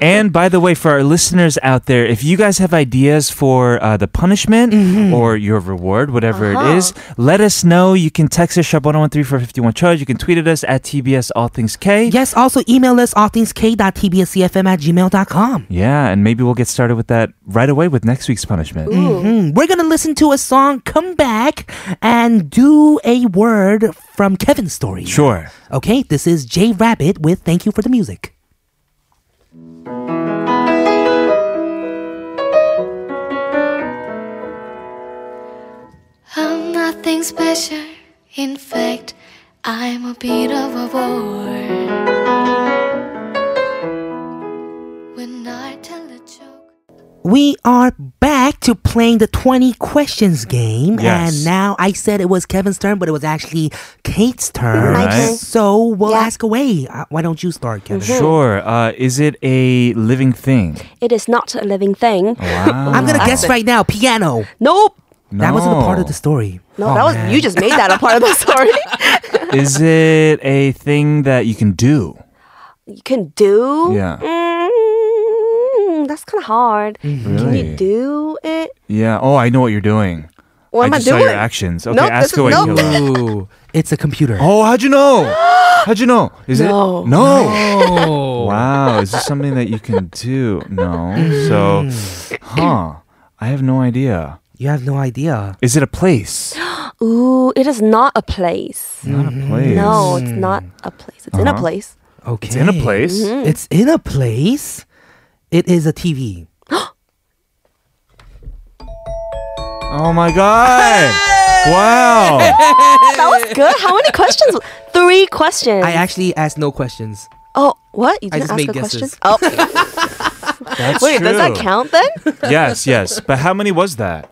And by the way, for our listeners out there, if you guys have ideas for uh, the punishment or your reward, whatever it is, let us know. You can text us, sharp 1013 charge. You can tweet at us at TBS All Things K.
yes, also email us allthingsk.tbscfm at gmail.com.
Yeah, and maybe we'll get started with that right away with next week's punishment.
Mm, We're going to listen to a song, Come Back, and do a word from Kevin's story.
Sure.
Okay, this is Jay Rabbit with Thank You for the Music.
I'm nothing special. In fact, I'm a bit of a bore. When I tell a joke.
We are back to playing the 20 questions game.
Yes.
And now I said it was Kevin's turn, but it was actually Kate's turn.
My turn.
So we'll
Yeah.
ask away. Uh, why don't you start, Kevin?
Sure. Uh, is it a living thing?
It is not a living
Oh,
thing.
Wow.
I'm going to guess right now piano.
Nope.
That wasn't a part of the
No.
story. Oh,
No, that was
man.
you just made that a part of the *laughs* story.
Is it a thing that you can do?
you can do.
Yeah.
Mm, that's kind of hard. Can
Really?
you do it?
Yeah. Oh, I know what you're doing. I
What am
just saw
I doing?
your actions. Okay,
Nope,
ask
this is-
away.
nope.
Killa.
Ooh.
It's a computer.
Oh, how'd you
*gasps*
know? How'd you know? Is it?
No.
No.
Oh.
Wow. Is this something that you can do? No. So,
Mm.
huh? I have no idea.
You have no idea.
Is it a
*gasps*
place?
Ooh, it is not a place.
Not a place.
Mm-hmm. No, it's not a place. It's in
Uh-huh.
a place.
Okay.
It's in a place.
It's in a place. It is a TV.
Mm-hmm.
Oh my god. Wow.
That was good. How many
*laughs*
questions? Three questions.
I actually asked no questions.
Oh, what? You
I
didn't
just
ask
made
a
guesses.
question? Oh,
That's
*laughs* wait, does that
true.
count then?
Yes, yes. But how many was that?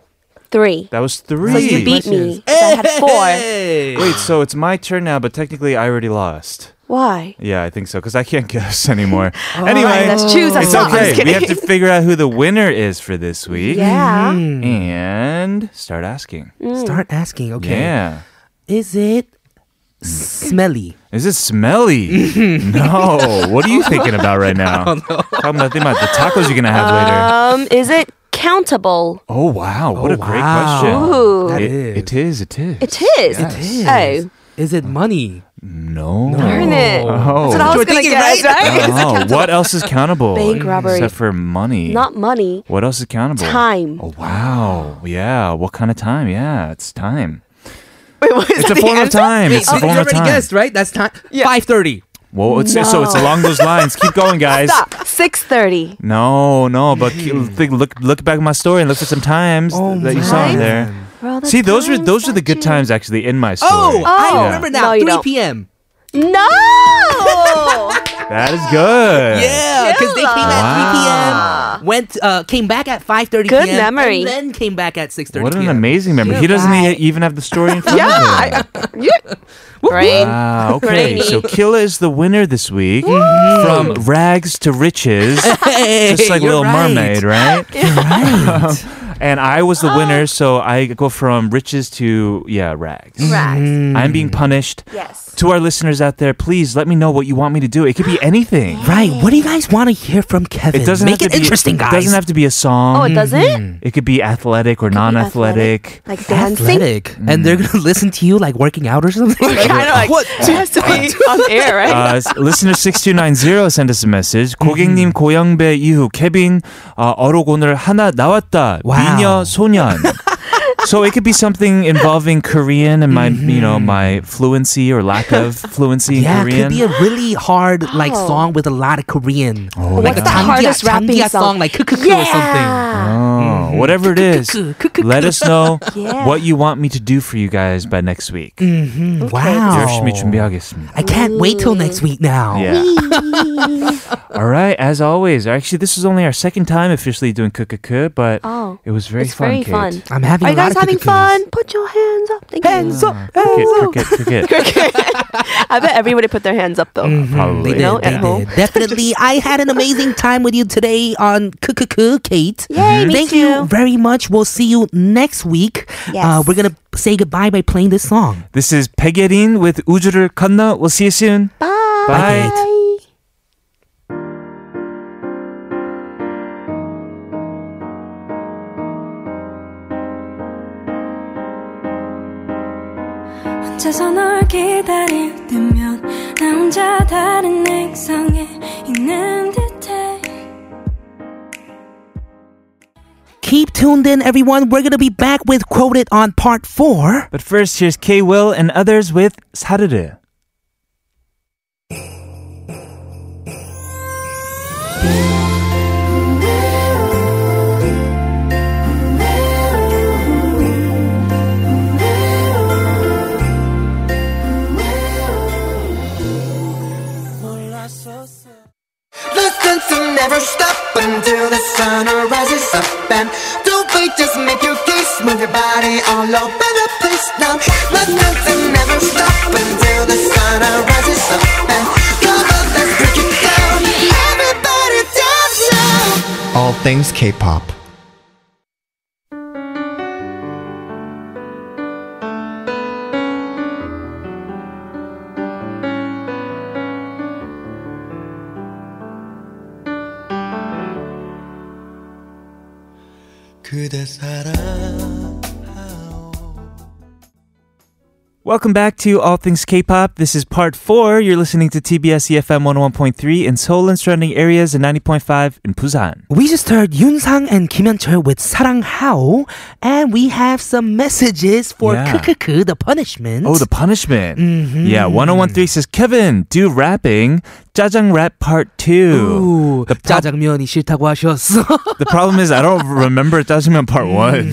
Three.
That was
So you
three.
beat me. 'cause I had four.
Hey.
Wait, so it's my turn now, but technically I already lost. *laughs*
Why?
Yeah, I think so because I can't *laughs* guess anymore.
Alright,
anyway,
let's choose a
it's
song. I'm
okay.
just
We
kidding.
have to figure out who the winner is for this week
yeah.
and start asking.
Mm.
Start asking. Okay.
Yeah. Mm.
Is it smelly?
Is it
*laughs*
smelly? no. What are you thinking about right now? I don't know. Talking about, thinking about the tacos you're gonna have later.
Um, is it countable?
Oh wow! What
Oh,
a great
wow.
question.
Ooh,
That
It,
is.
it is. It is.
it is.
is.
Oh,
Is it money?
No.
darn it.
Oh.
That's what
That's what I was gonna
you're thinking,
guess,
right?
*laughs*
right? *laughs*
Oh, what else is countable?
Bank robbery.
Except for money.
Not money.
What else is countable?
Time.
Oh wow! Yeah. What kind of time? Yeah, it's time.
Wait, what is
It's a
*laughs*
that the
form of
answer?
time. It's a
oh, you
form of
already
time.
guessed, right? That's time. Five thirty.
Well, it's, so it's
No.
along those lines. Keep
*laughs*
going, guys.
Stop. Six thirty.
No, no, but keep- think, look look back at my story and look for some times
Oh,
that you saw in
man.
there. See, those are those are the good times actually in my story.
Oh,
Oh.
I remember now.
No, you
Three p.m.
don't.
*laughs*
No.
that is good.
Yeah, because they came at three p.m. Went, uh, came back at five thirty.
Good
p.m.,
memory.
And then came back at six thirty.
What an amazing memory. He doesn't e- even have the
*laughs*
story in front
yeah.
of him.
I, yeah. Brain.
Wow. Okay.
Great.
So Killa is the winner this week from rags
*laughs*
to riches, just like
you're
Little
right.
Mermaid, right?
*laughs*
*laughs* and I was the
Oh.
winner, so I go from riches to yeah rags. Mm.
Rags.
I'm being punished.
Yes.
To our listeners out there, please let me know what you want me to do. It
*gasps*
could be anything.
Right. What do you guys want to hear from Kevin?
It doesn't
make
have
it
to be
interesting,
It
guys.
doesn't have to be a song.
Oh, it doesn't.
It could be athletic or non-athletic.
Like dancing. *laughs*
athletic, and they're gonna listen to you like working out or something.
Kind of like what? It has to be on air, right?
*laughs* Uh, s- listener 6290 send us a message. 고객님 고영배 이후 케빈 아, 어록 오늘 하나 나왔다.
와우.
미녀 소년. so it could be something involving Korean and my, you know, my fluency or lack of fluency in
Yeah, it
Korean.
could be a really hard like
Oh.
song with a lot of Korean.
Oh,
like
What's
yeah.
the hardest
Changia-
rapping
Changia
song?
song like kukuku or
*laughs*
something.
Yeah.
Oh, whatever it is, let us know *laughs*
Yeah.
what you want me to do for you guys by next week.
Mm, Wow.
열심히 준비하겠습니다.
I can't wait till next week now.
Yeah. All right. As always, actually, this is only our second time officially doing Kukuku, but
Oh,
it was very
it's
fun.
very
Kate.
fun.
I'm having
Are
a
you
lot
guys
of
having
kukukus.
fun? Put your hands up. Thank hands up.
Cricket, cricket, cricket.
*laughs* I bet everybody put their hands up though.
Probably.
Mm, They did,
No,
they
at home. *laughs*
did. Definitely. I had an amazing time with you today on Kukuku, Kate. Mm-hmm.
Yay, me
Thank
too.
you very much. We'll see you next week.
Yes.
Uh, we're going to say goodbye by playing this song.
This is Pegerin with 우주를 건너. We'll see you soon.
Bye.
Bye.
혼자서 널 기다릴 때면 나 혼자 다른 액상에 있는 듯해
Keep tuned in, everyone. We're going to be back with Quoted on part four.
But first, here's K Will and others with 사르르.
Listen to never stop until the sun rises up and don't wait, just make your case, move your body all over the place now. Listen to never stop until the sun rises up and come on, let's break it down. Everybody dance now.
All things K-pop.
그대 사랑.
Welcome back to All Things K-pop. This is part four. You're listening to TBS EFM 101.3 in Seoul and surrounding areas and 90.5 in Busan.
We just heard Yoon Sang and Kim Hyun-chul with Sarang Hao, and we have some messages for
Yeah.
Kukuku, the punishment.
Oh, the punishment. Yeah, 1013 says, Kevin, do rapping. Jajang rap part two.
Ooh,
The, prob-
짜장면이 싫다고
*laughs*
하셨어.
the problem is I don't remember Jajangmyeon part one.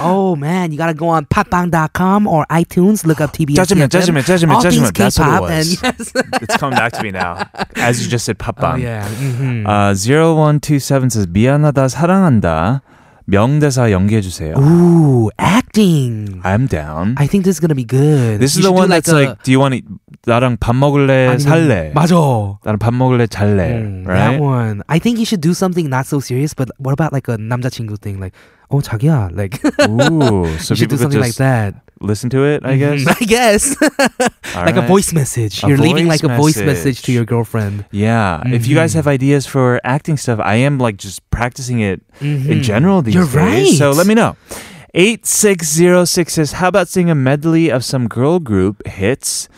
oh man, you gotta go on popbang.com or iTunes, look up TBS. FM,
Judgment, judgment, judgment,
all
judgment.
Things
That's what it
K-pop,
was.
And *laughs* yes.
it's coming back to
*laughs*
me now. As you just said, 팟빵.
Oh, yeah. mhm.
Uh, 0127 says, 미안하다, 사랑한다. 명대사 연기해주세요.
Ooh, acting.
I'm down.
I think this is gonna be good.
This is
You
the
should do
one that's
a-
like, do you want to, 나랑 밥 먹을래,
아니면-
살래.
맞아.
나랑 밥 먹을래, 잘래.
Mm,
right?
That one. I think you should do something not so serious, but what about like a 남자친구 thing? Like, oh, 자기야. Like, *laughs*
Ooh, so
you should do
people could
something like
just
that.
listen to it, I guess.
I guess. *laughs* like a
Alright.
voice message.
A
You're leaving
voice
like a voice message to
message.
your girlfriend.
Yeah. If you
Mm-hmm.
guys have ideas for acting stuff, I am like just practicing it
Mm-hmm.
in general these
You're
days.
right.
So let me know. 8606 says, How about sing a medley of some girl group hits,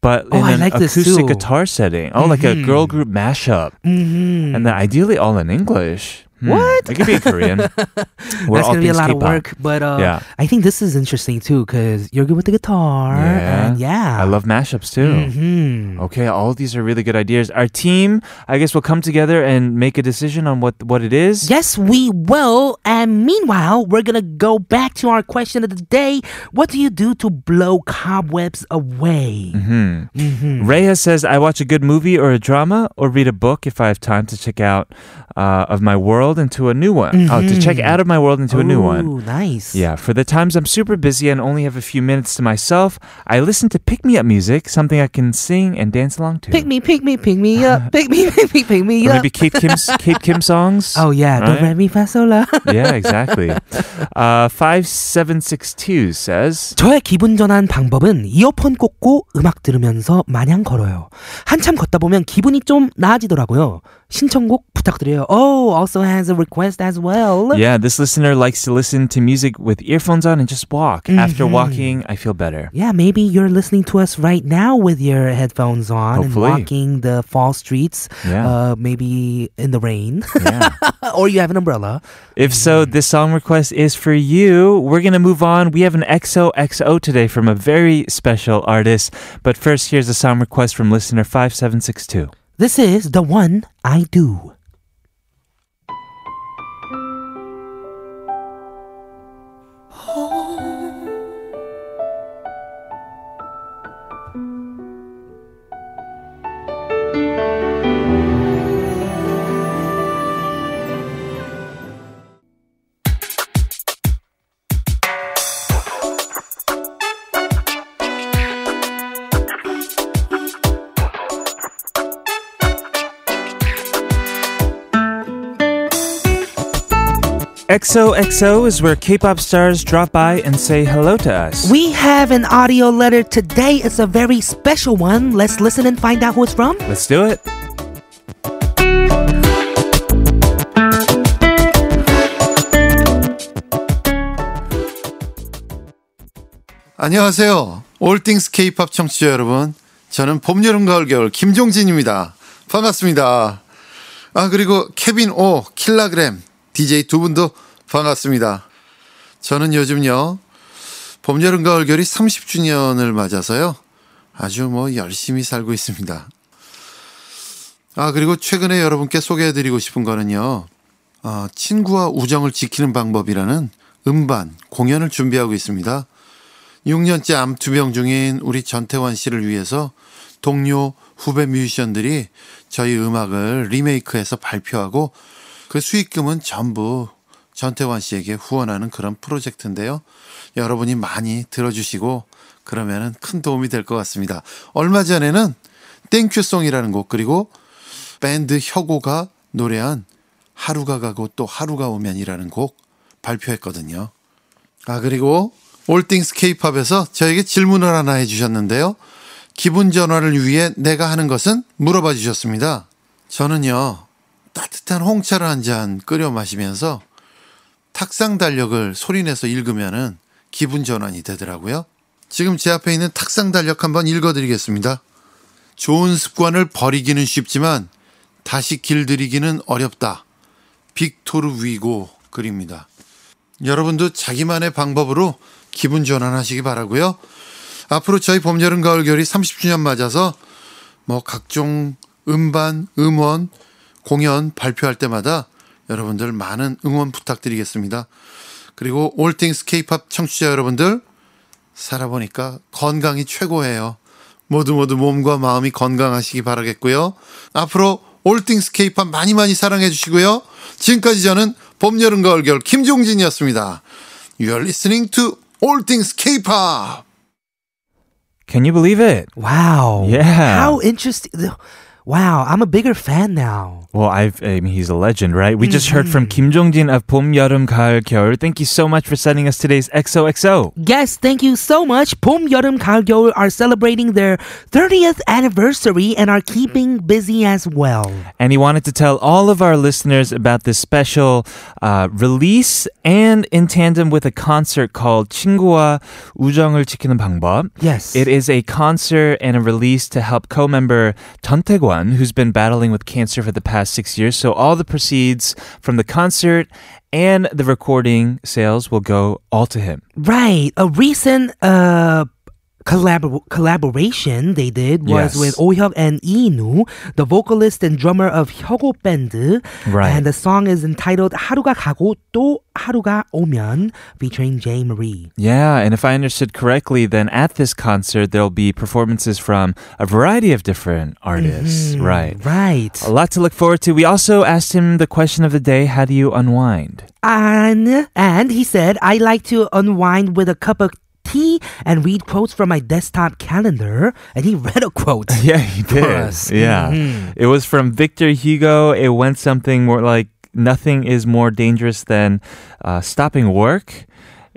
but
Oh,
in
I
an
like this
acoustic
too.
guitar setting? Oh, like a girl group mashup.
Mm-hmm.
And then ideally all in English. What? It could be in
*laughs*
Korean. We're
That's
all
gonna be a
things
lot of
K-pop.
work, but uh,
Yeah.
I think this is interesting too because you're good with the guitar.
Yeah.
and yeah.
I love mashups too.
hmm
Okay, all these are really good ideas. Our team, I guess, will come together and make a decision on what what it is.
Yes, we will. And meanwhile, we're gonna go back to our question of the day. What do you do to blow cobwebs away? Hmm.
Reyes says, I watch a good movie or a drama or read a book if I have time to check out uh, of my world into a new one. Oh, to check out of my world into a new one.
Mm-hmm. Ooh, nice.
Yeah, for the times I'm super busy and only have a few minutes to myself, I listen to pick me up music, something I can sing and dance along to.
Pick me, pick me, pick me *laughs* up. Pick me, pick me, pick me
Or
up.
maybe
*laughs*
Kate Kim's Kate Kim songs.
Oh yeah, do
Right?
re mi fa sol la.
yeah, exactly. Uh, 5762 says,
저의 기분 전환 방법은 이어폰 꽂고 음악 들으면서 마냥 걸어요. 한참 걷다 보면 기분이 좀 나아지더라고요. 신청곡 부탁드려요. Oh, also has a request as well.
Yeah, this listener likes to listen to music with earphones on and just walk. After
Mm-hmm.
walking, I feel better.
Yeah, maybe you're listening to us right now with your headphones on
Hopefully.
and walking the fall streets,
Yeah.
uh, maybe in the rain, *laughs*
Yeah.
or you have an umbrella.
If so, this song request is for you. We're going to move on. We have an XOXO today from a very special artist. But first, here's a song request from listener 5762.
This is the one I do.
XOXO is where K pop stars drop by and say hello to us.
We have an audio letter today. It's a very special one. Let's listen and find out who it's from.
Let's do it.
안녕하세요. 올띵스 케이팝 청취자 여러분. 저는 봄, 여름, 가을, 겨울 김종진입니다. 반갑습니다. 아, 그리고 케빈 오, 킬라그램, DJ 두 분도 반갑습니다. 저는 요즘요, 봄, 여름, 가을, 겨울이 30주년을 맞아서요. 아주 뭐 열심히 살고 있습니다. 아, 그리고 최근에 여러분께 소개해드리고 싶은 거는요, 어, 친구와 우정을 지키는 방법이라는 음반, 공연을 준비하고 있습니다. 6년째 암투병 중인 우리 전태환 씨를 위해서 동료 후배 뮤지션들이 저희 음악을 리메이크해서 발표하고 그 수익금은 전부 전태환 씨에게 후원하는 그런 프로젝트인데요. 여러분이 많이 들어주시고 그러면은 큰 도움이 될 것 같습니다. 얼마 전에는 땡큐송이라는 곡 그리고 밴드 혁오가 노래한 하루가 가고 또 하루가 오면이라는 곡 발표했거든요. 아 그리고 올띵스 케이팝에서 저에게 질문을 하나 해주셨는데요. 기분 전환을 위해 내가 하는 것은 물어봐 주셨습니다. 저는요 따뜻한 홍차를 한 잔 끓여 마시면서 탁상 달력을 소리내서 읽으면은 기분 전환이 되더라고요. 지금 제 앞에 있는 탁상 달력 한번 읽어드리겠습니다. 좋은 습관을 버리기는 쉽지만 다시 길들이기는 어렵다. 빅토르 위고 글입니다. 여러분도 자기만의 방법으로 기분 전환하시기 바라고요. 앞으로 저희 봄, 여름, 가을, 겨울이 30주년 맞아서 뭐 각종 음반, 음원, 공연 발표할 때마다 여러분들 많은 응원 부탁드리겠습니다. 그리고 올띵스 케이팝 청취자 여러분들 살아보니까 건강이 최고예요. 모두 모두 몸과 마음이 건강하시기 바라겠고요. 앞으로 올띵스 케이팝 많이 많이 사랑해 주시고요. 지금까지 저는 봄, 여름, 가을, 겨울 김종진이었습니다. You're listening to All Things K-pop.
Can you believe it?
Wow.
Yeah.
How interesting. Wow, I'm a bigger fan now.
Well, I've, I mean, he's a legend, right? We just heard from Kim Jong-jin of 봄, 여름, 가을, 겨울. Thank you so much for sending us today's XOXO.
Yes, thank you so much. 봄, 여름, 가을, 겨울 are celebrating their 30th anniversary and are keeping busy as well.
And he wanted to tell all of our listeners about this special uh, release and in tandem with a concert called 친구와 우정을 지키는 방법.
Yes.
It is a concert and a release to help co-member Chun Tae-kwon, who's been battling with cancer for the past six years. So all the proceeds from the concert and the recording sales will go all to him.
Right. A recent uh collabor- collaboration they did was
Yes.
with Oh Hyuk and Inu, the vocalist and drummer of Hyogo Band.
Right.
And the song is entitled 하루가 가고 또 하루가 오면 featuring Jay Marie.
Yeah, and if I understood correctly, then at this concert there'll be performances from a variety of different artists.
Mm-hmm.
Right.
Right.
A lot to look forward to. We also asked him the question of the day how do you unwind?
And and he said, I like to unwind with a cup of tea and read quotes from my desktop calendar. And he *laughs* read a quote.
*laughs* Yeah, he did.
course.
Yeah. It was from Victor Hugo. It went something more like nothing is more dangerous than uh, stopping work.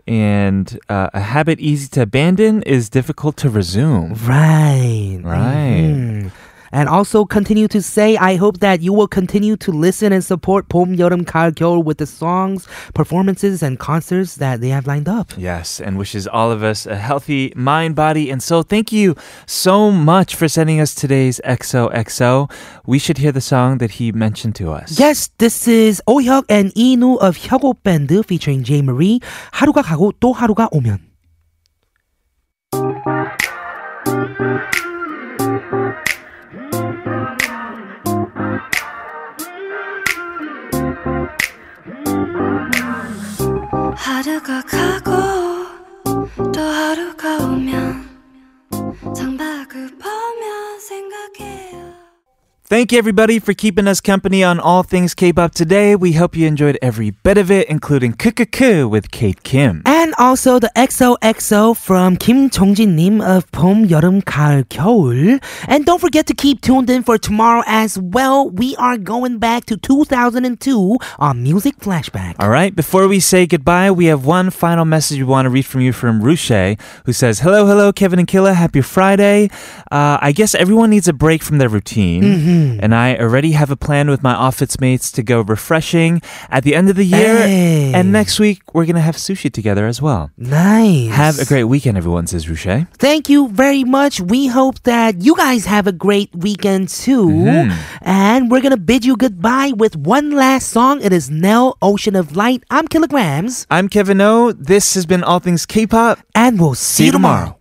And uh, a habit easy to abandon is difficult to resume.
Right.
Right.
Mhm. And also continue to say, I hope that you will continue to listen and support 봄, 여름, 가을, 겨울 with the songs, performances, and concerts that they have lined up.
Yes, and wishes all of us a healthy mind, body, and soul. Thank you so much for sending us today's XOXO. We should hear the song that he mentioned to us.
Yes, this is 오혁 and 이누 of 혁오 밴드 featuring J. Marie. 하루가 가고 또 하루가 오면.
하루가 가고 또 하루가 오면 창밖을 보면 생각해요
Thank you, everybody, for keeping us company on all things K pop today. We hope you enjoyed every bit of it, including Kukuku with Kate Kim.
And also the XOXO from Kim Jongjin Nim of 봄, 여름, 가을, 겨울. And don't forget to keep tuned in for tomorrow as well. We are going back to 2002 on Music Flashback.
All right, before we say goodbye, we have one final message we want to read from you from Ruche, who says, Hello, hello, Kevin and Killa. Happy Friday. Uh, I guess everyone needs a break from their routine, and I already have a plan with my office mates to go refreshing at the end of the year.
Hey.
And next week, we're going to have sushi together as well.
Nice.
Have a great weekend, everyone, says Ruche.
Thank you very much. We hope that you guys have a great weekend too.
Mm-hmm.
And we're going to bid you goodbye with one last song. It is Nell Ocean of Light. I'm Kilograms,
I'm Kevin O. This has been All Things K pop.
and we'll see,
See you tomorrow.